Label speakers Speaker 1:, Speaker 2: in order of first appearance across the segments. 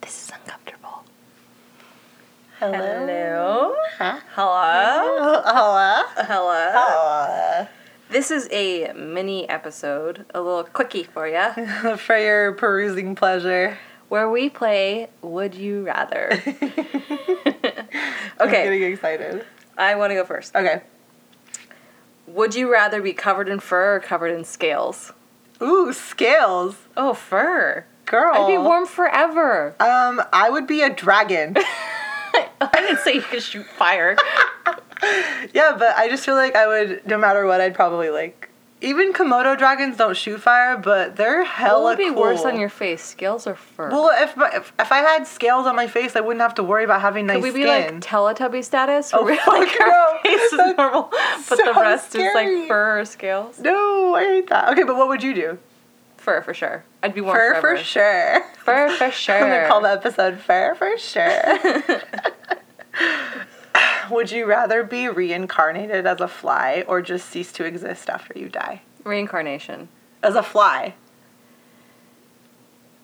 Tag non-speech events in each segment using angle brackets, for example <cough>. Speaker 1: This is uncomfortable.
Speaker 2: Hello.
Speaker 1: Huh?
Speaker 2: Hello. Oh,
Speaker 1: Hello?
Speaker 2: Hello.
Speaker 1: Hello.
Speaker 2: This is a mini episode, a little quickie for <laughs> you,
Speaker 1: <laughs> For your perusing
Speaker 2: <laughs>
Speaker 1: pleasure. <laughs>
Speaker 2: where we play Would You <laughs> Rather.
Speaker 1: I'm
Speaker 2: okay,
Speaker 1: getting excited.
Speaker 2: I want to go first.
Speaker 1: Okay.
Speaker 2: Would you rather be covered in fur or covered in scales?
Speaker 1: Ooh, scales.
Speaker 2: Oh, fur.
Speaker 1: Girl.
Speaker 2: I'd be warm forever. <laughs>
Speaker 1: Um, I would be a dragon.
Speaker 2: I didn't say you could shoot fire.
Speaker 1: yeah, but I just feel like I would, no matter what, I'd probably like. Even Komodo dragons don't shoot fire, but they're hella
Speaker 2: what would be
Speaker 1: cool.
Speaker 2: worse on your face, scales or fur?
Speaker 1: Well, if, my, if if I had scales on my face, I wouldn't have to worry about having nice
Speaker 2: Could we be like
Speaker 1: skin.
Speaker 2: Teletubby status? where
Speaker 1: Oh,
Speaker 2: we're <laughs> like
Speaker 1: fuck no.
Speaker 2: our face is
Speaker 1: That's
Speaker 2: normal, but the
Speaker 1: so
Speaker 2: rest is
Speaker 1: scary.
Speaker 2: like fur or scales.
Speaker 1: no, I hate that. Okay, but what would you do?
Speaker 2: Fur for sure. I'd be warm
Speaker 1: Fur for
Speaker 2: forever.
Speaker 1: sure.
Speaker 2: <laughs> Fur for sure.
Speaker 1: I'm gonna call the episode "Fur for
Speaker 2: <laughs>
Speaker 1: Sure." would you rather be reincarnated as a fly or just cease to exist after you die?
Speaker 2: reincarnation.
Speaker 1: As a fly.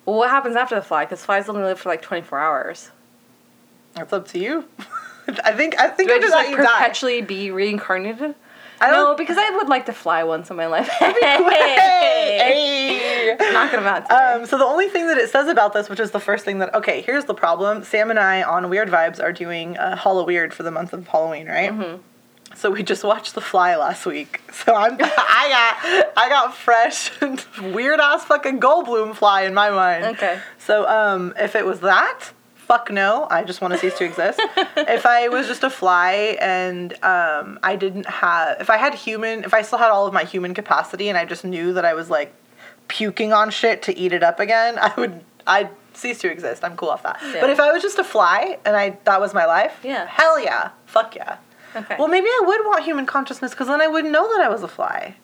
Speaker 2: Well, what happens after the fly? Because flies only live for like 24 hours.
Speaker 1: That's up to you. <laughs> I think I think
Speaker 2: Do I
Speaker 1: after
Speaker 2: just
Speaker 1: that
Speaker 2: like
Speaker 1: you die.
Speaker 2: perpetually be reincarnated?
Speaker 1: I
Speaker 2: No,
Speaker 1: don't-
Speaker 2: because I would like to fly once in my life.
Speaker 1: <laughs> Hey, hey.
Speaker 2: Not gonna mount today.
Speaker 1: Um, so the only thing that it says about this, which is the first thing that okay, here's the problem. Sam and I on Weird Vibes are doing uh, Hollow Weird for the month of Halloween, right? So we just watched The Fly last week. <laughs> So I'm I got I got fresh <laughs> weird ass fucking Goldblum fly in my mind.
Speaker 2: Okay.
Speaker 1: So um, if it was that, fuck no, I just want to cease to exist.
Speaker 2: <laughs>
Speaker 1: if I was just a fly and um, I didn't have, if I had human, if I still had all of my human capacity and I just knew that I was like puking on shit to eat it up again, I would, I'd cease to exist. I'm cool off that.
Speaker 2: Yeah.
Speaker 1: But if I was just a fly and I that was my life,
Speaker 2: Yeah.
Speaker 1: hell yeah, fuck yeah.
Speaker 2: okay.
Speaker 1: Well, maybe I would want human consciousness because then I wouldn't know that I was a fly.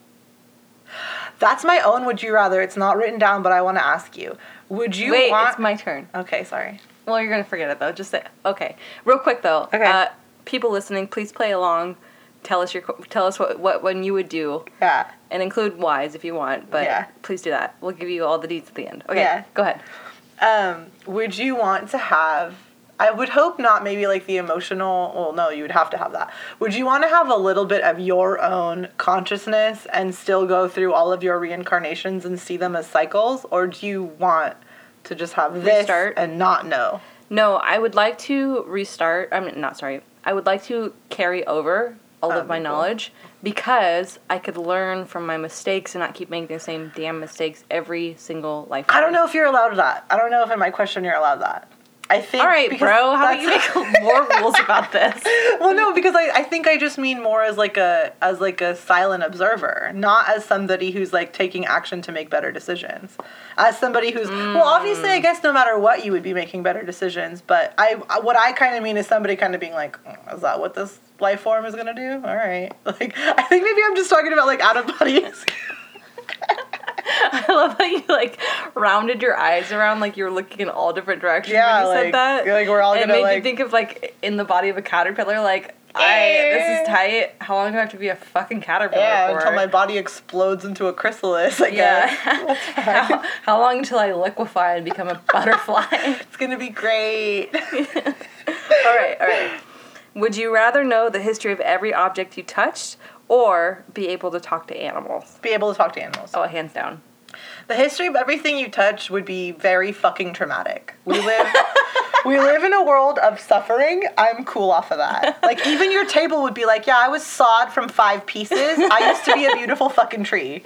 Speaker 1: That's my own would you rather. It's not written down, but I want to ask you. Would you
Speaker 2: Wait,
Speaker 1: want
Speaker 2: it's my turn.
Speaker 1: Okay, sorry.
Speaker 2: Well, you're gonna forget it though. Just say okay. Real quick though.
Speaker 1: Okay.
Speaker 2: Uh, people listening, please play along. Tell us your qu- tell us what what when you would do,
Speaker 1: Yeah.
Speaker 2: and include whys if you want. But
Speaker 1: Yeah.
Speaker 2: please do that. We'll give you all the deeds at the end. Okay.
Speaker 1: Yeah.
Speaker 2: Go ahead.
Speaker 1: Um, would you want to have I would hope not maybe like the emotional well no, you would have to have that. Would you want to have a little bit of your own consciousness and still go through all of your reincarnations and see them as cycles? Or do you want to just have this
Speaker 2: Restart?
Speaker 1: and not know?
Speaker 2: No, I would like to restart. I'm mean, not sorry. I would like to carry over all
Speaker 1: That'd
Speaker 2: of my
Speaker 1: be cool.
Speaker 2: knowledge because I could learn from my mistakes and not keep making the same damn mistakes every single life.
Speaker 1: I don't know if you're allowed that. I don't know if in my question you're allowed that. I think
Speaker 2: All right,
Speaker 1: because
Speaker 2: bro. How about you
Speaker 1: that's-
Speaker 2: make <laughs> more rules about this?
Speaker 1: <laughs>
Speaker 2: <laughs>
Speaker 1: well no because I, I think i just mean more as like a as like a silent observer not as somebody who's like taking action to make better decisions as somebody who's well obviously
Speaker 2: Mm.
Speaker 1: i guess no matter what you would be making better decisions but i what i kind of mean is somebody kind of being like "Mm, is that what this life form is gonna do all right <laughs> like i think maybe i'm just talking about like out of body <laughs>
Speaker 2: I love how you like rounded your eyes around, like you were looking in all different directions
Speaker 1: Yeah,
Speaker 2: when you
Speaker 1: like-
Speaker 2: said that.
Speaker 1: like we're all
Speaker 2: it
Speaker 1: gonna,
Speaker 2: made
Speaker 1: like-
Speaker 2: you think of like in the body of a caterpillar, like I this is tight. How long do I have to be a fucking caterpillar
Speaker 1: Eh." yeah
Speaker 2: for?
Speaker 1: until my body explodes into a chrysalis i
Speaker 2: <laughs> yeah.
Speaker 1: guess
Speaker 2: how, how long until I liquefy and become <laughs> a butterfly?
Speaker 1: it's gonna be great
Speaker 2: all right, all right. Would you rather know the history of every object you touched, or be able to talk to animals?
Speaker 1: be able to talk to animals
Speaker 2: Oh, hands down.
Speaker 1: The history of everything you touch would be very fucking traumatic. We live <laughs> we live in a world of suffering. I'm cool off of that. Like even your table would be like, yeah, I was sawed from five pieces. I used to be a beautiful fucking tree.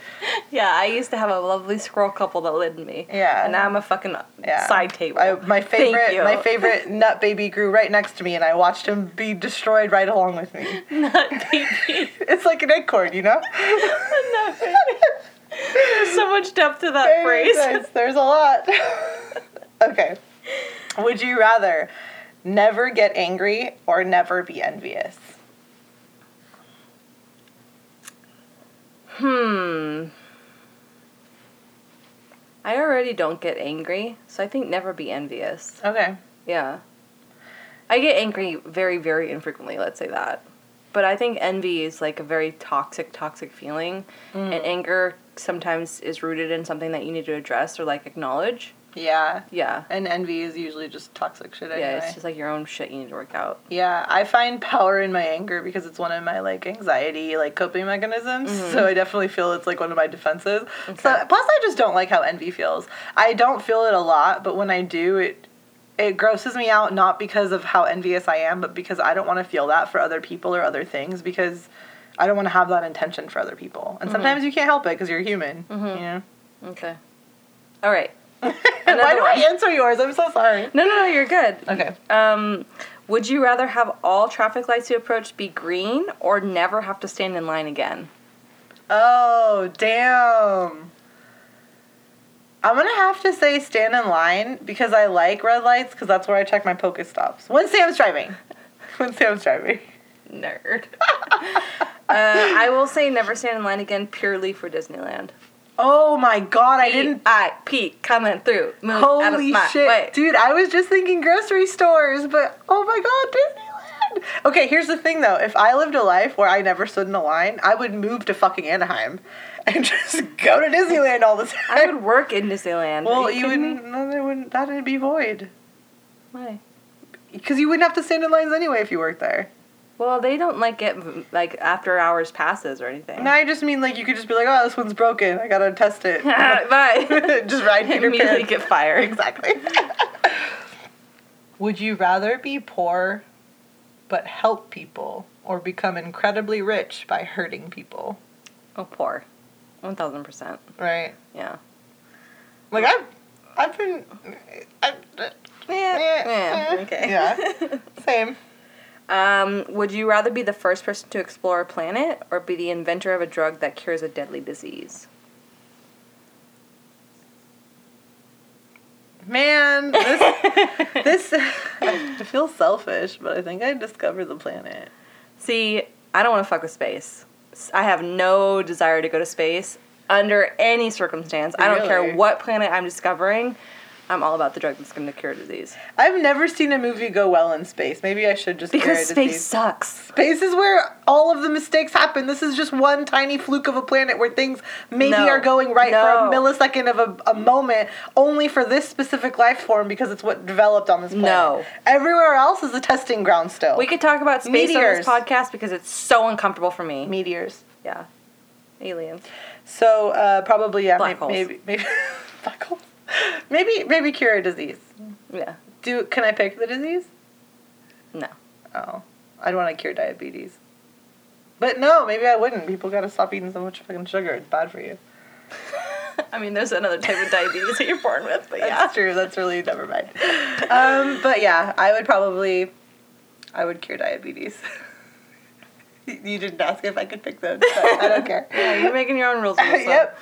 Speaker 2: Yeah, I used to have a lovely squirrel couple that lived in me.
Speaker 1: Yeah.
Speaker 2: And now I'm a fucking
Speaker 1: Yeah.
Speaker 2: side table.
Speaker 1: I, my
Speaker 2: Thank
Speaker 1: favorite
Speaker 2: you.
Speaker 1: my <laughs> favorite nut baby grew right next to me and I watched him be destroyed right along with me. It's like an acorn, you know?
Speaker 2: There's <laughs> so much depth to that
Speaker 1: Very
Speaker 2: phrase.
Speaker 1: nice. There's a <laughs> lot. okay. Would you rather never get angry or never be envious?
Speaker 2: <laughs> Hmm. I already don't get angry, so I think never be envious.
Speaker 1: Okay.
Speaker 2: Yeah. I get angry very, very infrequently, let's say that. But I think envy is like a very toxic, toxic feeling. And anger sometimes is rooted in something that you need to address or like acknowledge.
Speaker 1: Yeah.
Speaker 2: Yeah.
Speaker 1: And envy is usually just toxic shit anyway.
Speaker 2: Yeah, it's just like your own shit you need to work out.
Speaker 1: Yeah, I find power in my anger because it's one of my like anxiety like coping mechanisms. So I definitely feel it's like one of my defenses. So plus I just don't like how envy feels. I don't feel it a lot, but when I do it it grosses me out not because of how envious I am, but because I don't want to feel that for other people or other things because I don't want to have that intention for other people. And sometimes you can't help it because you're human. You know?
Speaker 2: Okay. All right.
Speaker 1: <laughs> Why
Speaker 2: Another
Speaker 1: do
Speaker 2: one.
Speaker 1: I answer yours? I'm so sorry.
Speaker 2: No, no, no, you're good.
Speaker 1: Okay.
Speaker 2: Um, would you rather have all traffic lights you approach be green or never have to stand in line again?
Speaker 1: Oh, damn. I'm gonna have to say stand in line because I like red lights because that's where I check my Pokestops. When Sam's driving. <laughs> When Sam's driving.
Speaker 2: Nerd. <laughs> uh, I will say never stand in line again purely for Disneyland.
Speaker 1: Oh my god, I didn't.
Speaker 2: I P coming through. Move out of
Speaker 1: Holy
Speaker 2: my
Speaker 1: shit.
Speaker 2: way.
Speaker 1: Dude, I was just thinking grocery stores, but oh my god, Disneyland. Okay, here's the thing though. If I lived a life where I never stood in a line, I would move to fucking Anaheim <laughs> and just go to Disneyland all the time.
Speaker 2: I would work in Disneyland.
Speaker 1: well,
Speaker 2: Are
Speaker 1: you,
Speaker 2: kidding me?
Speaker 1: wouldn't. No, they wouldn't. That'd be void.
Speaker 2: Why?
Speaker 1: Because you wouldn't have to stand in lines anyway if you worked there.
Speaker 2: Well, they don't like get like after hours passes or anything.
Speaker 1: No, I just mean like you could just be like, oh, this one's broken. I gotta test it. <laughs>
Speaker 2: <laughs> Bye.
Speaker 1: just
Speaker 2: <laughs>
Speaker 1: ride Peter
Speaker 2: Immediately
Speaker 1: Pan.
Speaker 2: get fired.
Speaker 1: Exactly. <laughs> Would you rather be poor but help people or become incredibly rich by hurting people?
Speaker 2: Oh, poor. One thousand percent.
Speaker 1: Right?
Speaker 2: Yeah.
Speaker 1: Like, I've, I've been. I've,
Speaker 2: Yeah, okay.
Speaker 1: Yeah. Same.
Speaker 2: <laughs> Um, would you rather be the first person to explore a planet or be the inventor of a drug that cures a deadly disease?
Speaker 1: Man, this.
Speaker 2: <laughs>
Speaker 1: this <laughs> I feel selfish, but I think I discovered the planet.
Speaker 2: See, I don't want to fuck with space. S- I have no desire to go to space under any circumstance. I don't care
Speaker 1: Really?
Speaker 2: what planet I'm discovering. I'm all about the drug that's going to cure disease
Speaker 1: I've never seen a movie go well in space. Maybe I should just
Speaker 2: because
Speaker 1: clear it as
Speaker 2: space
Speaker 1: these-
Speaker 2: sucks.
Speaker 1: Space is where all of the mistakes happen. This is just one tiny fluke of a planet where things maybe
Speaker 2: No.
Speaker 1: are going right
Speaker 2: No.
Speaker 1: for a millisecond of a, a moment, only for this specific life form because it's what developed on this planet.
Speaker 2: No.
Speaker 1: Everywhere else is a testing ground still.
Speaker 2: We could talk about space
Speaker 1: Meteors.
Speaker 2: on this podcast because it's so uncomfortable for me.
Speaker 1: meteors.
Speaker 2: yeah, aliens.
Speaker 1: So uh, probably yeah,
Speaker 2: Black
Speaker 1: may-
Speaker 2: holes.
Speaker 1: maybe maybe <laughs> black holes. Maybe maybe cure a disease.
Speaker 2: Yeah,
Speaker 1: Do can I pick the disease?
Speaker 2: no. <laughs>
Speaker 1: Oh, I'd want to cure diabetes. But no, maybe I wouldn't. People gotta stop eating so much fucking sugar. It's bad for you.
Speaker 2: I mean, there's another type of diabetes that you're born with,
Speaker 1: <laughs>
Speaker 2: but yeah.
Speaker 1: That's true. That's really never mind. <laughs> Um, but yeah, I would probably, I would cure diabetes. <laughs> you you didn't ask if I could pick those. but I don't <laughs> care.
Speaker 2: Yeah, you're making your own rules. on this
Speaker 1: <laughs>
Speaker 2: one.
Speaker 1: yep.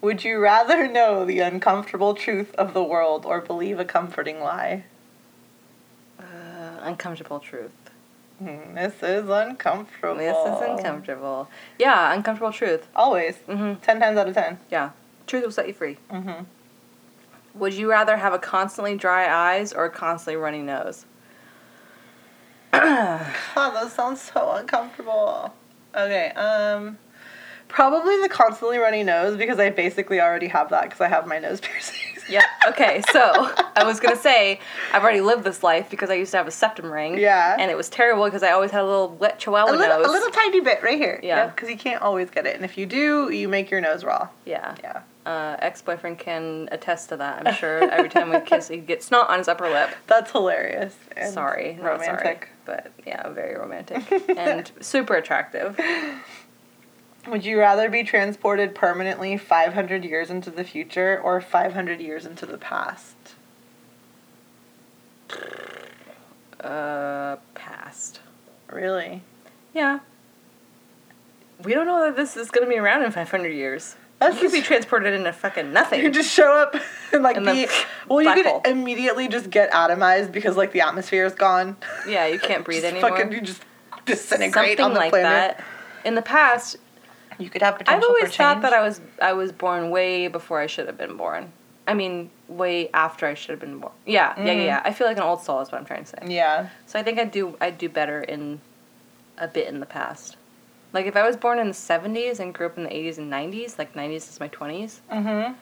Speaker 1: Would you rather know the uncomfortable truth of the world or believe a comforting lie?
Speaker 2: Uh, uncomfortable truth.
Speaker 1: Hmm, this is uncomfortable. Mm.
Speaker 2: This is uncomfortable. Yeah, uncomfortable truth.
Speaker 1: Always.
Speaker 2: Mhm.
Speaker 1: Ten times out of ten.
Speaker 2: Yeah, truth will set you free.
Speaker 1: Mm-hmm.
Speaker 2: Would you rather have a constantly dry eyes or a constantly runny nose?
Speaker 1: Oh, those sound so uncomfortable. Okay, um, probably the constantly runny nose because I basically already have that because I have my nose <laughs> piercings.
Speaker 2: Yeah. Okay. So I was gonna say I've already lived this life because I used to have a septum ring.
Speaker 1: Yeah.
Speaker 2: And it was terrible because I always had a little wet chihuahua
Speaker 1: a little,
Speaker 2: oh, nose.
Speaker 1: a little tiny bit right here.
Speaker 2: Yeah.
Speaker 1: because you can't always get it, and if you do, you make your nose raw.
Speaker 2: Yeah.
Speaker 1: Yeah,
Speaker 2: Uh, ex-boyfriend can attest to that. I'm sure. Every time we kiss, he gets snot on his upper lip.
Speaker 1: that's hilarious. <laughs> and
Speaker 2: sorry, not
Speaker 1: romantic.
Speaker 2: sorry, but yeah, very romantic
Speaker 1: <laughs>
Speaker 2: and super attractive.
Speaker 1: Would you rather be transported permanently 500 years into the future or 500 years into the past?
Speaker 2: Uh, past.
Speaker 1: Really?
Speaker 2: Yeah. We don't know that this is going to be around in 500 years.
Speaker 1: That's
Speaker 2: you could be
Speaker 1: just-
Speaker 2: transported into fucking
Speaker 1: You <laughs>
Speaker 2: nothing.
Speaker 1: just show up and like
Speaker 2: And
Speaker 1: be
Speaker 2: <laughs> then
Speaker 1: well. You
Speaker 2: black
Speaker 1: could
Speaker 2: hole.
Speaker 1: immediately just get atomized because like the atmosphere is gone.
Speaker 2: yeah, you can't
Speaker 1: <laughs>
Speaker 2: breathe
Speaker 1: just
Speaker 2: anymore.
Speaker 1: Fucking, you just disintegrate
Speaker 2: Something
Speaker 1: on the
Speaker 2: like
Speaker 1: planet.
Speaker 2: that. In the past,
Speaker 1: You could have
Speaker 2: I've
Speaker 1: potential for
Speaker 2: always
Speaker 1: change.
Speaker 2: thought that I was I was born way before I should have been born. I mean, way after I should have been born. Yeah, yeah, yeah, yeah. I feel like an old soul is what I'm trying to say.
Speaker 1: Mm. yeah,
Speaker 2: So I think I do I do better in a bit in the past. Like if I was born in the 70s and grew up in the 80s and 90s, like 90s is my 20s. Mm-hmm.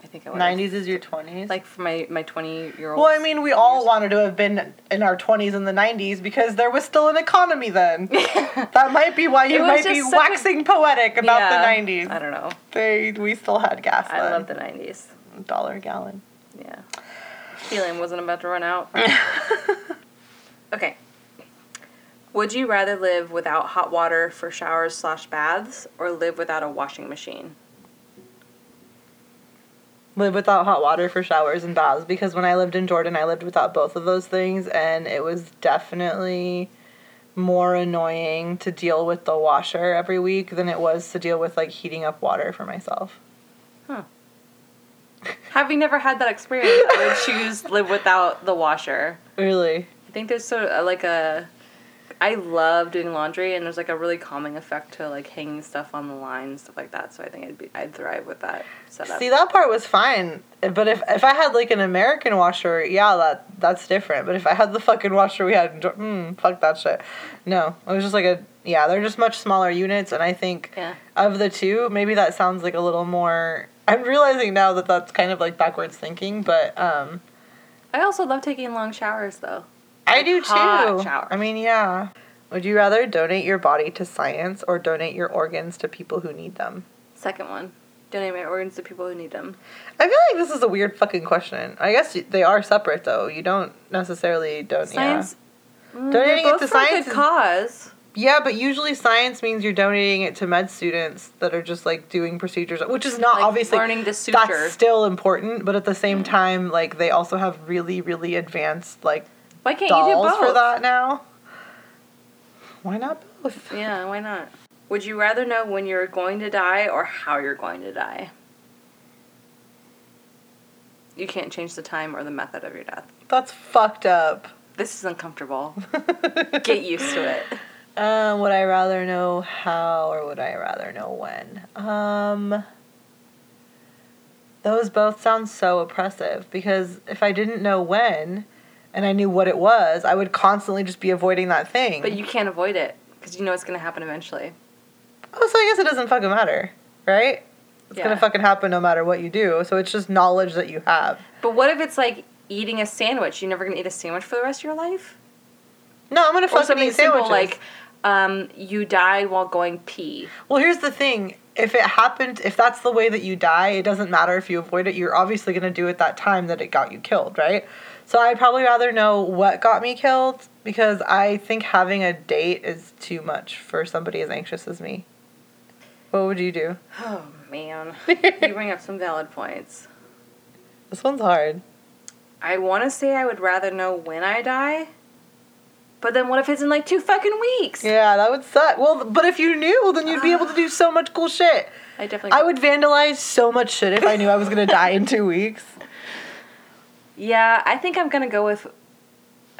Speaker 2: I think I would. have-
Speaker 1: 90s is your 20s.
Speaker 2: Like for my my twenty year old.
Speaker 1: well, I mean, we all wanted to have been in our 20s and the 90s because there was still an economy
Speaker 2: <laughs>
Speaker 1: then. that might be why you
Speaker 2: was
Speaker 1: might be
Speaker 2: just such a-
Speaker 1: waxing poetic about the 90s.
Speaker 2: I don't know.
Speaker 1: They, we still had gas
Speaker 2: I
Speaker 1: then.
Speaker 2: love the nineties.
Speaker 1: dollar a gallon.
Speaker 2: Yeah. Helium wasn't about to
Speaker 1: <laughs>
Speaker 2: run out. okay. Would you rather live without hot water for showers slash baths or live without a washing machine?
Speaker 1: live without hot water for showers and baths because when I lived in Jordan, I lived without both of those things, and it was definitely more annoying to deal with the washer every week than it was to deal with like heating up water for myself.
Speaker 2: Having never had that experience, I
Speaker 1: <laughs>
Speaker 2: would choose live without the washer.
Speaker 1: Really?
Speaker 2: I think there's sort of like a. I love doing laundry, and there's like a really calming effect to like hanging stuff on the line and stuff like that. So I think I'd be I'd thrive with that setup.
Speaker 1: See, that part was fine, but if if I had like an American washer, yeah, that that's different. But if I had the fucking washer we had in Jordan, mm, fuck that shit. No, it was just like a yeah, they're just much smaller units, and I think
Speaker 2: Yeah.
Speaker 1: of the two, maybe that sounds like a little more. I'm realizing now that that's kind of like backwards thinking, but um,
Speaker 2: I also love taking long showers though.
Speaker 1: I do
Speaker 2: hot
Speaker 1: too.
Speaker 2: shower.
Speaker 1: I mean, yeah. Would you rather donate your body to science or donate your organs to people who need them?
Speaker 2: Second one, donate my organs to people who need them.
Speaker 1: I feel like this is a weird fucking question. I guess y- they are separate though. You don't necessarily donate.
Speaker 2: Science. Mm, they're
Speaker 1: Donating it
Speaker 2: both
Speaker 1: to
Speaker 2: for a
Speaker 1: science
Speaker 2: Good
Speaker 1: is-
Speaker 2: cause.
Speaker 1: Yeah, but usually science means you're donating it to med students that are just like doing procedures, which is not
Speaker 2: Like,
Speaker 1: obviously
Speaker 2: learning Mm. to suture.
Speaker 1: That's still important, but at the same time, like they also have really, really advanced like
Speaker 2: Why can't you do
Speaker 1: dolls
Speaker 2: both?
Speaker 1: for that now. Why not both?
Speaker 2: Yeah, why not? Would you rather know when you're going to die or how you're going to die? You can't change the time or the method of your death.
Speaker 1: That's fucked up. <laughs>
Speaker 2: This is uncomfortable. Get used to it.
Speaker 1: Um, would I rather know how or would I rather know when? Um, those both sound so oppressive because if I didn't know when and I knew what it was, I would constantly just be avoiding that thing.
Speaker 2: But you can't avoid it because you know it's going to happen eventually.
Speaker 1: oh, so I guess it doesn't fucking matter, right? It's
Speaker 2: Yeah.
Speaker 1: gonna fucking happen no matter what you do. So it's just knowledge that you have.
Speaker 2: But what if it's like eating a sandwich? You're never going to eat a sandwich for the rest of your life?
Speaker 1: No, I'm gonna
Speaker 2: Or
Speaker 1: fucking
Speaker 2: something
Speaker 1: eat sandwiches.
Speaker 2: simple like um, you died while going pee.
Speaker 1: Well, here's the thing. If it happened, if that's the way that you die, it doesn't matter if you avoid it. You're obviously going to do it that time that it got you killed, right? So I'd probably rather know what got me killed because I think having a date is too much for somebody as anxious as me. What would you do?
Speaker 2: Oh <laughs> man, you bring up some valid points.
Speaker 1: This one's hard.
Speaker 2: I want to say I would rather know when I die, but then what if it's in like two fucking weeks?
Speaker 1: Yeah, that would suck. Well, but if you knew, then you'd be able to do so much cool shit.
Speaker 2: I definitely.
Speaker 1: I would vandalize so much shit if I knew I was going to die in two weeks.
Speaker 2: Yeah, I think I'm gonna go with.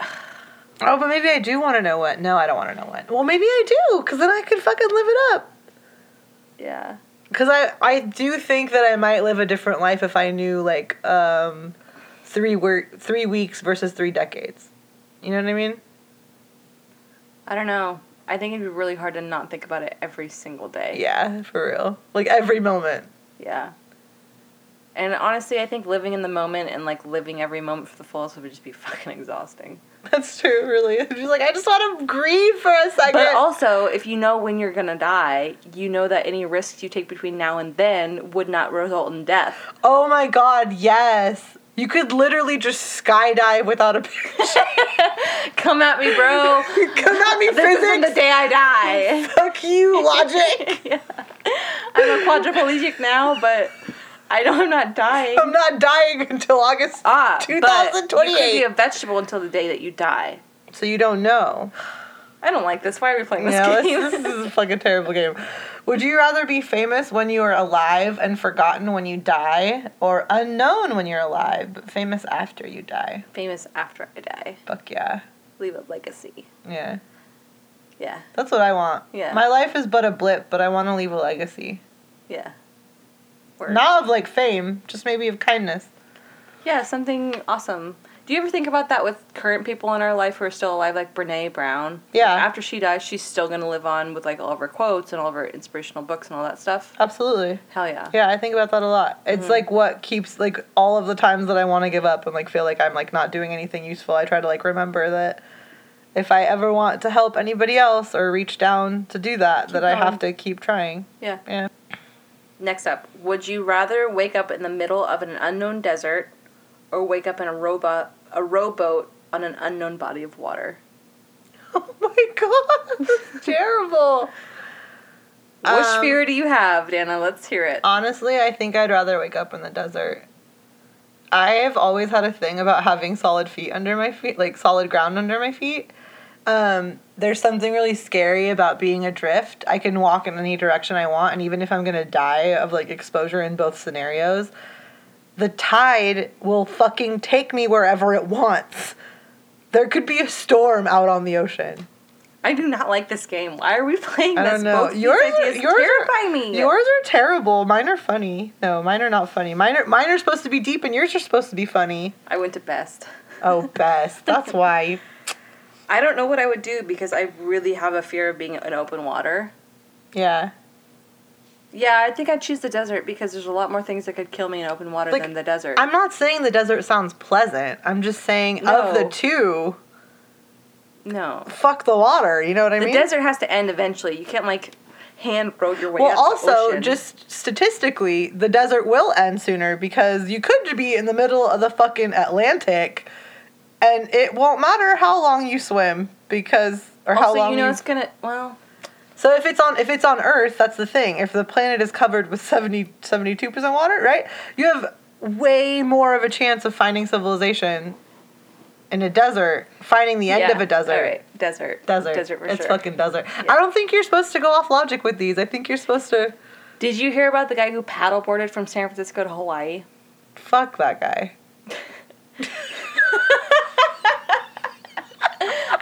Speaker 1: Oh, but maybe I do want to know what. No, I don't want to know what. Well, maybe I do, because then I could fucking live it up.
Speaker 2: Yeah.
Speaker 1: Because I, I do think that I might live a different life if I knew, like, um, three, wor- three weeks versus three decades. You know what I mean?
Speaker 2: I don't know. I think it'd be really hard to not think about it every single day.
Speaker 1: Yeah, for real. Like, every moment. <laughs>
Speaker 2: Yeah. And honestly, I think living in the moment and like living every moment for the fullest would just be <laughs> fucking exhausting.
Speaker 1: That's true, really. <laughs> I'm just like, I just want to grieve for a second.
Speaker 2: But also, if you know when you're gonna die, you know that any risks you take between now and then would not result in death. <laughs>
Speaker 1: oh my god, yes. You could literally just skydive without a picture.
Speaker 2: Come at me, bro.
Speaker 1: <laughs> Come at me,
Speaker 2: <laughs> this isn't the
Speaker 1: physics.
Speaker 2: day I die.
Speaker 1: <laughs>
Speaker 2: <laughs>
Speaker 1: Fuck you, logic.
Speaker 2: I'm a quadriplegic now, but I know I'm not dying.
Speaker 1: I'm not dying until August
Speaker 2: ah, but you could
Speaker 1: 2028.
Speaker 2: be a vegetable until the day that you die.
Speaker 1: so you don't know.
Speaker 2: I don't like this. Why are we playing
Speaker 1: <laughs>
Speaker 2: this
Speaker 1: No,
Speaker 2: game?
Speaker 1: this, this is a fucking terrible game. Would you rather be famous when you are alive and forgotten when you die, or unknown when you're alive but famous after you die?
Speaker 2: <laughs> Famous after I die.
Speaker 1: Fuck yeah,
Speaker 2: Leave a legacy.
Speaker 1: yeah.
Speaker 2: Yeah,
Speaker 1: That's what I want.
Speaker 2: Yeah.
Speaker 1: My life is but a blip, but I want to leave a legacy.
Speaker 2: yeah. Word.
Speaker 1: Not of like fame, just maybe of kindness.
Speaker 2: yeah, something awesome. Do you ever think about that with current people in our life who are still alive, like Brene Brown?
Speaker 1: Yeah.
Speaker 2: Like, after she dies, she's still going to live on with like all of her quotes and all of her inspirational books and all that stuff.
Speaker 1: Absolutely.
Speaker 2: Hell yeah.
Speaker 1: Yeah, I think about that a lot. It's like what keeps like all of the times that I want to give up and like feel like I'm like not doing anything useful. I try to like remember that if I ever want to help anybody else or reach down to do that, that I have to keep trying. <laughs>
Speaker 2: Yeah.
Speaker 1: Yeah.
Speaker 2: Next up, would you rather wake up in the middle of an unknown desert or wake up in a robot a rowboat on an unknown body of water?
Speaker 1: Oh my god, that's <laughs> terrible.
Speaker 2: Which
Speaker 1: Um, uh,
Speaker 2: fear do you have, Dana? Let's hear it.
Speaker 1: Honestly, I think I'd rather wake up in the desert. I have always had a thing about having solid feet under my feet, like solid ground under my feet. Um, there's something really scary about being adrift. I can walk in any direction I want, and even if I'm gonna die of like exposure in both scenarios, the tide will fucking take me wherever it wants. There could be a storm out on the ocean.
Speaker 2: I do not like this game. Why are we <laughs> playing
Speaker 1: I
Speaker 2: this?
Speaker 1: don't know.
Speaker 2: Both of these
Speaker 1: Yours, are-
Speaker 2: ideas
Speaker 1: yours
Speaker 2: terrify
Speaker 1: are,
Speaker 2: me.
Speaker 1: Yours are terrible. Mine are funny. No, mine are not funny. Mine are mine are supposed to be deep, and yours are supposed to be funny.
Speaker 2: I went to best.
Speaker 1: Oh, <laughs> best. That's why.
Speaker 2: I don't know what I would do because I really have a fear of being in open water.
Speaker 1: Yeah.
Speaker 2: Yeah, I think I'd choose the desert because there's a lot more things that could kill me in open water
Speaker 1: Like,
Speaker 2: than the desert.
Speaker 1: I'm not saying the desert sounds pleasant. I'm just saying of the
Speaker 2: No.
Speaker 1: two,
Speaker 2: no.
Speaker 1: fuck the water. You know what I
Speaker 2: The
Speaker 1: mean?
Speaker 2: desert has to end eventually. You can't like hand row your way.
Speaker 1: Well,
Speaker 2: up the
Speaker 1: also,
Speaker 2: ocean.
Speaker 1: just statistically, the desert will end sooner because you could be in the middle of the fucking Atlantic, and it won't matter how long you swim because or how
Speaker 2: also
Speaker 1: long
Speaker 2: you know it's gonna well
Speaker 1: So if it's on if it's on Earth, that's the thing. If the planet is covered with 70 72 percent water, right? You have way more of a chance of finding civilization in a desert, finding the end
Speaker 2: yeah,
Speaker 1: of a desert.
Speaker 2: all right, desert
Speaker 1: Desert.
Speaker 2: desert for
Speaker 1: it's
Speaker 2: sure.
Speaker 1: fucking desert. I don't think you're supposed to go off logic with these. I think you're supposed to
Speaker 2: Did you hear about the guy who paddleboarded from San Francisco to Hawaii?
Speaker 1: fuck that guy.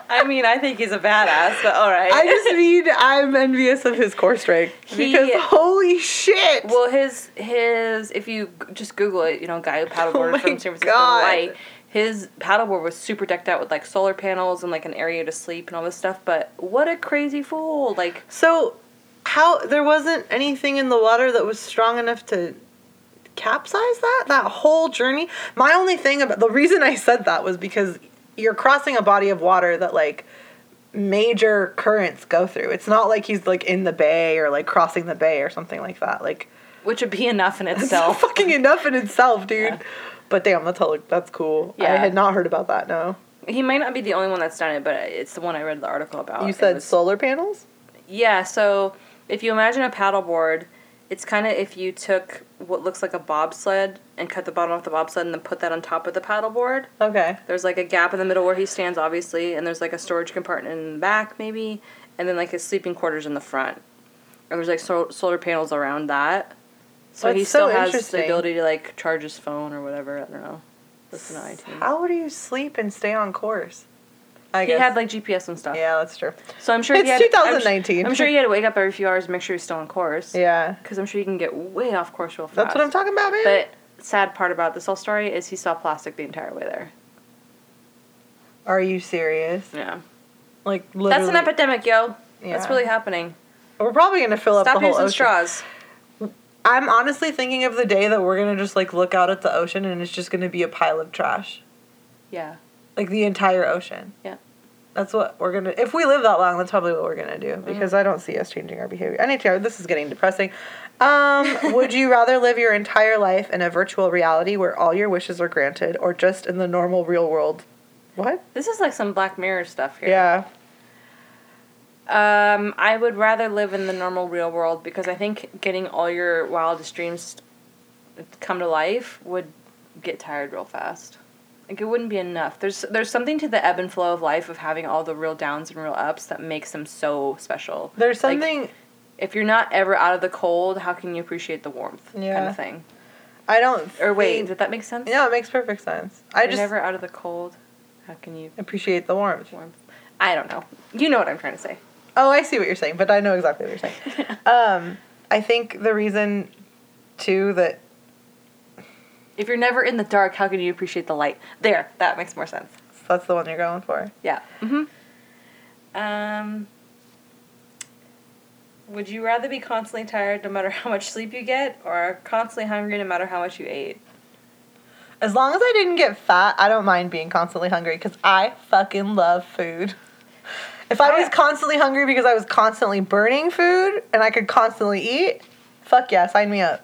Speaker 2: I mean, I think he's a badass, but all right.
Speaker 1: I just
Speaker 2: <laughs>
Speaker 1: mean I'm envious of his core strength
Speaker 2: He-
Speaker 1: because holy shit.
Speaker 2: Well, his his if you g- just Google it, you
Speaker 1: <laughs>
Speaker 2: know, guy who paddleboarded
Speaker 1: Oh my
Speaker 2: from San Francisco
Speaker 1: God.
Speaker 2: to Hawaii. His paddleboard was super decked out with like solar panels and like an area to sleep and all this stuff. But what a crazy fool! Like
Speaker 1: so how there wasn't anything in the water that was strong enough to capsize that that whole journey my only thing about the reason i said that was because you're crossing a body of water that like major currents go through it's not like he's like in the bay or like crossing the bay or something like that like <laughs>
Speaker 2: which would be enough in
Speaker 1: it's not
Speaker 2: itself.
Speaker 1: fucking enough in itself dude but damn that's hell, that's cool i
Speaker 2: Yeah.
Speaker 1: had not heard about that no
Speaker 2: he might not be the only one that's done it, but it's the one I read the article about.
Speaker 1: you
Speaker 2: Oh, It
Speaker 1: said
Speaker 2: was-
Speaker 1: solar panels
Speaker 2: Yeah, so if you imagine a paddleboard, it's kind of if you took what looks like a bobsled and cut the bottom off the bobsled and then put that on top of the paddleboard.
Speaker 1: okay
Speaker 2: There's like a gap in the middle where he stands, obviously, and there's like a storage compartment in the back, maybe, and then like his sleeping quarters in the front. And there's like sol- solar panels around that. So
Speaker 1: That's
Speaker 2: he
Speaker 1: so
Speaker 2: still has
Speaker 1: interesting.
Speaker 2: the ability to like charge his phone or whatever. I don't know. Listen to iTunes.
Speaker 1: how do you sleep and stay on course i
Speaker 2: he had like GPS and stuff.
Speaker 1: Yeah, that's true.
Speaker 2: So I'm sure
Speaker 1: It's
Speaker 2: he had. I'm su-
Speaker 1: 2019.
Speaker 2: I'm, sure he had to wake up every few hours and make sure he's still on course.
Speaker 1: Yeah.
Speaker 2: Because I'm sure you can get way off course real fast.
Speaker 1: That's what I'm talking about, man.
Speaker 2: But sad part about this whole story is he saw plastic the entire way there.
Speaker 1: Are you serious?
Speaker 2: Yeah.
Speaker 1: Like literally.
Speaker 2: That's an epidemic, yo.
Speaker 1: Yeah.
Speaker 2: That's really happening.
Speaker 1: We're probably gonna fill up the
Speaker 2: Stop
Speaker 1: whole
Speaker 2: using
Speaker 1: ocean.
Speaker 2: straws.
Speaker 1: I'm honestly thinking of the day that we're gonna just like look out at the ocean and it's just gonna be a pile of trash,
Speaker 2: Yeah.
Speaker 1: like the entire ocean.
Speaker 2: Yeah.
Speaker 1: That's what we're gonna. If we live that long, that's probably what we're gonna do because I don't see us changing our behavior. Anytime this is getting depressing. <laughs> Um, would you rather live your entire life in a virtual reality where all your wishes are granted, or just in the normal real world? What?
Speaker 2: This is like some Black Mirror stuff here.
Speaker 1: Yeah.
Speaker 2: Um, I would rather live in the normal real world because I think getting all your wildest dreams come to life would get tired real fast. Like it wouldn't be enough. There's there's something to the ebb and flow of life of having all the real downs and real ups that makes them so special.
Speaker 1: There's
Speaker 2: Like,
Speaker 1: something.
Speaker 2: if you're not ever out of the cold, how can you appreciate the warmth? Kind
Speaker 1: Yeah.
Speaker 2: of thing.
Speaker 1: I don't.
Speaker 2: Or wait,
Speaker 1: think-
Speaker 2: did that make sense?
Speaker 1: No, it makes perfect sense. I
Speaker 2: You're
Speaker 1: just
Speaker 2: never out of the cold. How can you
Speaker 1: appreciate the warmth.
Speaker 2: warmth? I don't know. You know what I'm trying to say.
Speaker 1: Oh, I see what you're saying, but I know exactly what you're <laughs> saying. um, I think the reason, too, that
Speaker 2: If you're never in the dark, how can you appreciate the light? There, that makes more sense.
Speaker 1: So that's the one you're going for.
Speaker 2: Yeah. hmm Um, would you rather be constantly tired no matter how much sleep you get, or constantly hungry no matter how much you ate?
Speaker 1: As long as I didn't get fat, I don't mind being constantly hungry because I fucking love food. If I was
Speaker 2: I-
Speaker 1: constantly hungry because I was constantly burning food and I could constantly eat, fuck yeah, sign me up.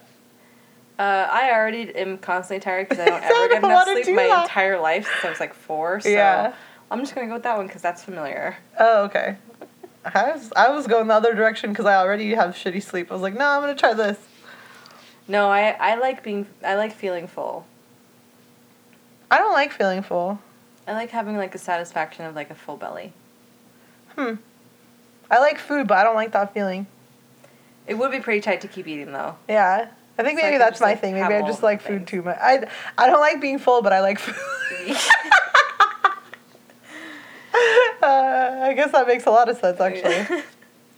Speaker 2: Uh, I already am constantly tired because I
Speaker 1: <laughs>
Speaker 2: don't
Speaker 1: I
Speaker 2: ever get
Speaker 1: don't
Speaker 2: enough
Speaker 1: wanna
Speaker 2: sleep
Speaker 1: do
Speaker 2: my
Speaker 1: that.
Speaker 2: entire life since I was like four. So
Speaker 1: Yeah.
Speaker 2: I'm just gonna go with that one because that's familiar.
Speaker 1: Oh, okay. I was, I was going the other direction because I already have shitty sleep. I was like, no, I'm gonna try this.
Speaker 2: No, I, I like being I like feeling full.
Speaker 1: I don't like feeling full.
Speaker 2: I like having like the satisfaction of like a full belly.
Speaker 1: Hmm. I like food, but I don't like that feeling.
Speaker 2: It would be pretty tight to keep eating <laughs> though.
Speaker 1: Yeah. I think
Speaker 2: So I
Speaker 1: maybe
Speaker 2: can
Speaker 1: that's
Speaker 2: just,
Speaker 1: my
Speaker 2: like,
Speaker 1: thing.
Speaker 2: have
Speaker 1: Maybe I
Speaker 2: all
Speaker 1: just
Speaker 2: the
Speaker 1: like food
Speaker 2: things.
Speaker 1: too much. I, I don't like being full, but I like <laughs> food. <laughs> Uh, I guess that makes a lot of sense, actually.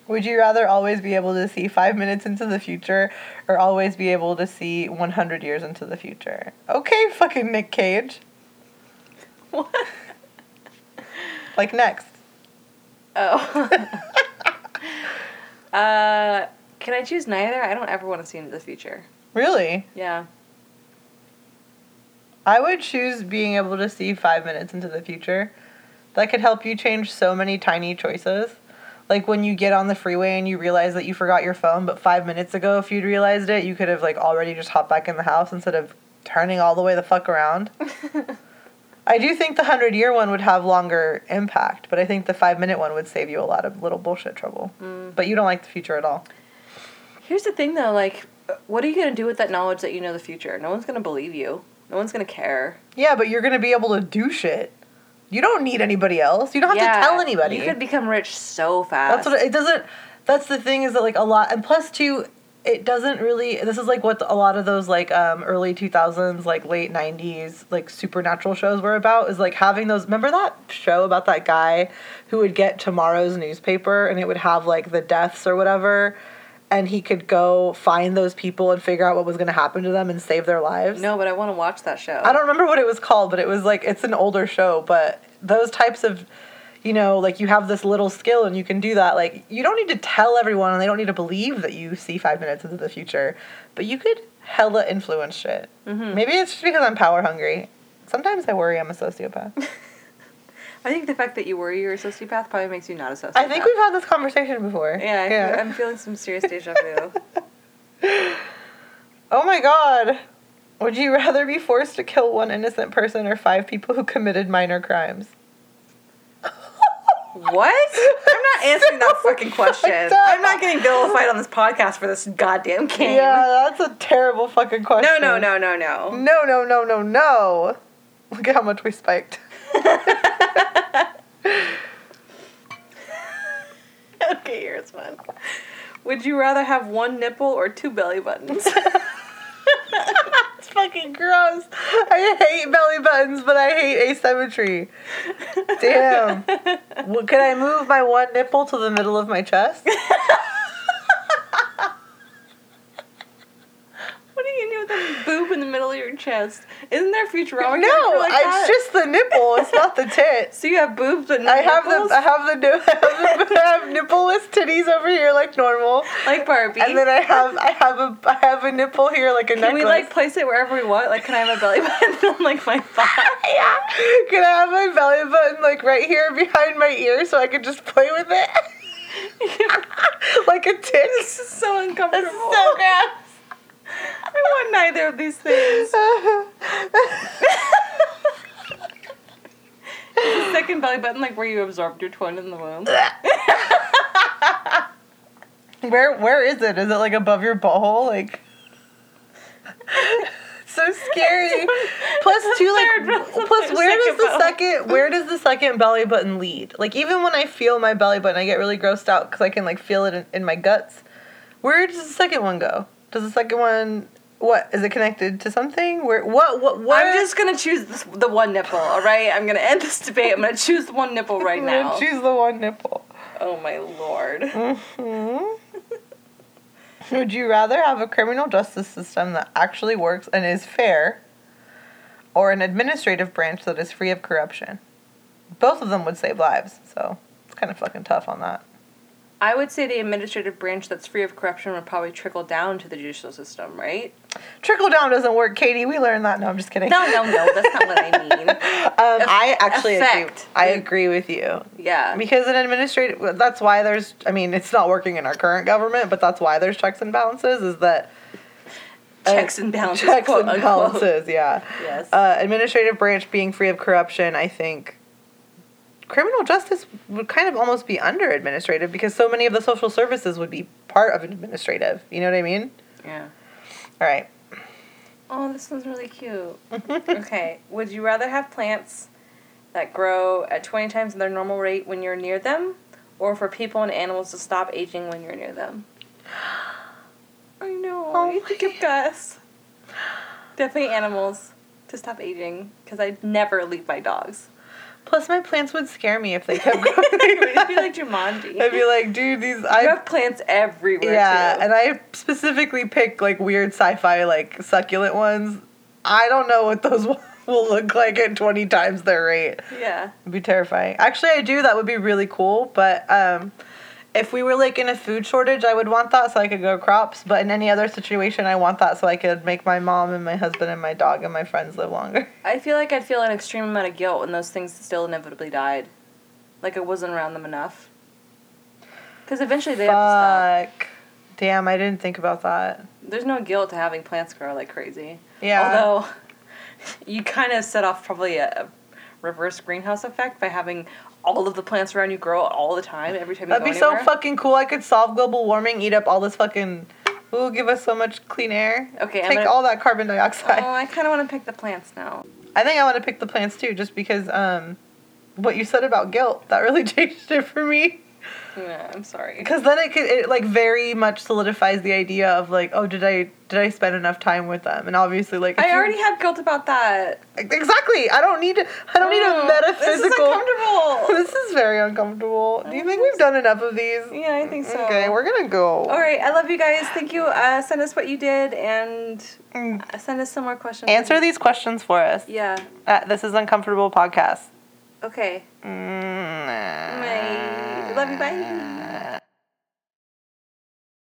Speaker 1: Would you rather always be able to see five minutes into the future or always be able to see 100 years into the future? Okay, fucking Nick Cage.
Speaker 2: what?
Speaker 1: Like, next.
Speaker 2: <laughs> Oh. uh, can I choose neither? I don't ever want to see into the future.
Speaker 1: Really?
Speaker 2: Yeah.
Speaker 1: I would choose being able to see five minutes into the future. That could help you change so many tiny choices. Like when you get on the freeway and you realize that you forgot your phone, but five minutes ago, if you'd realized it, you could have like already just hopped back in the house instead of turning all the way the fuck
Speaker 2: <laughs>
Speaker 1: around. I do think the hundred year one would have longer impact, but I think the five minute one would save you a lot of little bullshit trouble.
Speaker 2: Mm.
Speaker 1: But you don't like the future at all.
Speaker 2: Here's the thing though, like, what are you gonna do with that knowledge that you know the future? No one's gonna believe you. No one's gonna care.
Speaker 1: Yeah, but you're gonna be able to do shit. You don't need anybody else. You don't have
Speaker 2: Yeah,
Speaker 1: to tell anybody.
Speaker 2: You could become rich so fast.
Speaker 1: That's what it doesn't. That's the thing is that like a lot, and plus two, it doesn't really. This is like what a lot of those like um, early two thousands, like late nineties, like supernatural shows were about. Is like having those. Remember that show about that guy who would get tomorrow's newspaper and it would have like the deaths or whatever, and he could go find those people and figure out what was going to happen to them and save their lives.
Speaker 2: no, but I want to watch that show.
Speaker 1: I don't remember what it was called, but it was like it's an older show, but those types of you know, like you have this little skill and you can do that. Like you don't need to tell everyone and they don't need to believe that you see 5 minutes into the future, but you could hella influence shit.
Speaker 2: Mm-hmm.
Speaker 1: Maybe it's just because I'm power hungry. Sometimes I worry I'm a
Speaker 2: <laughs>
Speaker 1: sociopath.
Speaker 2: I think the fact that you worry you're a sociopath probably makes you not a sociopath.
Speaker 1: I think we've had this conversation before.
Speaker 2: Yeah, I feel- I'm feeling some serious deja
Speaker 1: <laughs>
Speaker 2: vu.
Speaker 1: Oh my god. Would you rather be forced to kill one innocent person or five people who committed minor crimes?
Speaker 2: what? I'm
Speaker 1: <laughs>
Speaker 2: not answering that fucking question.
Speaker 1: Fucked up.
Speaker 2: I'm not getting vilified on this podcast for this goddamn game.
Speaker 1: Yeah, that's a terrible fucking question.
Speaker 2: No, no, no, no, no.
Speaker 1: No, no, no, no, no. Look at how much we spiked.
Speaker 2: Okay, here's one. Would you rather have one nipple or two
Speaker 1: <laughs>
Speaker 2: belly buttons?
Speaker 1: It's fucking gross. I hate belly buttons, but I hate asymmetry. Damn. Well, can I move my one nipple to the middle of my chest?
Speaker 2: What are you gonna do with that boob in the middle of your chest? Isn't there Futurama?
Speaker 1: no,
Speaker 2: character like
Speaker 1: it's
Speaker 2: that?
Speaker 1: just the nipple. It's not the tit.
Speaker 2: So you have boobs, but no
Speaker 1: I have <laughs>
Speaker 2: nipples?
Speaker 1: the I have the nip- I have nippleless titties over here like normal,
Speaker 2: like Barbie.
Speaker 1: and then I have I have a I have a nipple here like a
Speaker 2: Can
Speaker 1: necklace.
Speaker 2: we like place it wherever we want? Like, can I have a belly <laughs> button on like
Speaker 1: <laughs>
Speaker 2: my thigh?
Speaker 1: Yeah. Can I have my belly button like right here behind my ear so I can just play with it? <laughs> like a tick.
Speaker 2: This is so uncomfortable.
Speaker 1: so
Speaker 2: gross. I want neither of these things.
Speaker 1: <laughs>
Speaker 2: The second belly button, like where you absorbed your twin in the womb.
Speaker 1: where where is it? Is it like above your butthole? Like <laughs> so
Speaker 2: <laughs>
Speaker 1: scary. Plus two
Speaker 2: Third row,
Speaker 1: like
Speaker 2: the
Speaker 1: plus
Speaker 2: third
Speaker 1: where does
Speaker 2: second
Speaker 1: the
Speaker 2: row.
Speaker 1: second where does the second belly button lead? Like even when I feel my belly button, I get really grossed out because I can like feel it in, in my guts. Where does the second one go? Does the second one what is it connected to something? Where what what what?
Speaker 2: I'm just gonna choose this, the one nipple. All right, I'm gonna end this debate. I'm gonna choose the one nipple right
Speaker 1: I'm gonna
Speaker 2: now.
Speaker 1: choose the one nipple.
Speaker 2: Oh my lord.
Speaker 1: Hmm? Would you rather have a criminal justice system that actually works and is fair or an administrative branch that is free of corruption. Both of them would save lives, so it's kind of fucking tough on that.
Speaker 2: I would say the administrative branch that's free of corruption would probably trickle down to the judicial system, right?
Speaker 1: <laughs> Trickle down doesn't work, Katie. We learned that. No, I'm just kidding.
Speaker 2: No, no, no. That's not what I mean.
Speaker 1: Um, I actually
Speaker 2: Effect.
Speaker 1: agree. I agree with you.
Speaker 2: Yeah.
Speaker 1: Because an administrative, that's why there's, I mean, it's not working in our current government, but that's why there's checks and balances, is that
Speaker 2: Checks and balances.
Speaker 1: uh, checks
Speaker 2: quote,
Speaker 1: and
Speaker 2: unquote.
Speaker 1: balances, yeah.
Speaker 2: Yes.
Speaker 1: Uh, administrative branch being free of corruption, I think criminal justice would kind of almost be under administrative because so many of the social services would be part of administrative. You know what I mean?
Speaker 2: yeah.
Speaker 1: All right.
Speaker 2: Oh, this one's really <laughs> cute. okay. Would you rather have plants that grow at 20 times their normal rate when you're near them, or for people and animals to stop aging when you're near them? <gasps> I know.
Speaker 1: Oh
Speaker 2: you think of Gus. Definitely animals to stop aging, because I'd never leave my <laughs> dogs.
Speaker 1: Plus, my plants would scare me if they <laughs> kept growing.
Speaker 2: It'd be like <laughs> Jumanji.
Speaker 1: I'd be like, dude, these I
Speaker 2: you have plants everywhere.
Speaker 1: yeah,
Speaker 2: too.
Speaker 1: and I specifically pick like weird sci-fi like succulent ones. I don't know what those <laughs> will look like at twenty times their rate.
Speaker 2: yeah.
Speaker 1: It'd be terrifying. Actually, I do. That would be really cool. But um, if we were like in a food shortage, I would want that so I could grow crops. But in any other situation, I want that so I could make my mom and my husband and my dog and my friends live longer.
Speaker 2: I feel like I'd feel an extreme amount of guilt when those things still inevitably died. Like I wasn't around them enough. Because eventually they have to
Speaker 1: Fuck. Damn, I didn't think about that.
Speaker 2: stop. There's no guilt to having plants grow like crazy.
Speaker 1: Yeah.
Speaker 2: Although, <laughs> you kind of set off probably a, a reverse greenhouse effect by having all of the plants around you grow all the time every time you
Speaker 1: That'd
Speaker 2: go
Speaker 1: be so
Speaker 2: anywhere.
Speaker 1: fucking cool. I could solve global warming, eat up all this fucking. Ooh, give us so much clean air.
Speaker 2: Okay, I'm
Speaker 1: Take
Speaker 2: gonna-
Speaker 1: all that carbon dioxide.
Speaker 2: Oh, I kind of want to pick the plants now.
Speaker 1: I think I want to pick the plants too, just because um, what you said about guilt, that really <laughs> changed it for me.
Speaker 2: Yeah, I'm sorry.
Speaker 1: because then it could it like very much solidifies the idea of like oh did i did i spend enough time with them and obviously like if
Speaker 2: I
Speaker 1: you-
Speaker 2: already have guilt about that.
Speaker 1: exactly i don't need i don't need a
Speaker 2: Oh, This is
Speaker 1: metaphysical
Speaker 2: uncomfortable.
Speaker 1: <laughs> this is very uncomfortable do you think we've done enough of these
Speaker 2: yeah, I think so.
Speaker 1: okay we're gonna go
Speaker 2: All right, I love you guys. Thank you. Uh, send us what you did and
Speaker 1: Mm.
Speaker 2: uh, send us some more questions.
Speaker 1: answer these questions for us
Speaker 2: Yeah.
Speaker 1: at this is uncomfortable podcast
Speaker 2: Okay.
Speaker 1: Mm.
Speaker 2: Bye. Love you. Bye.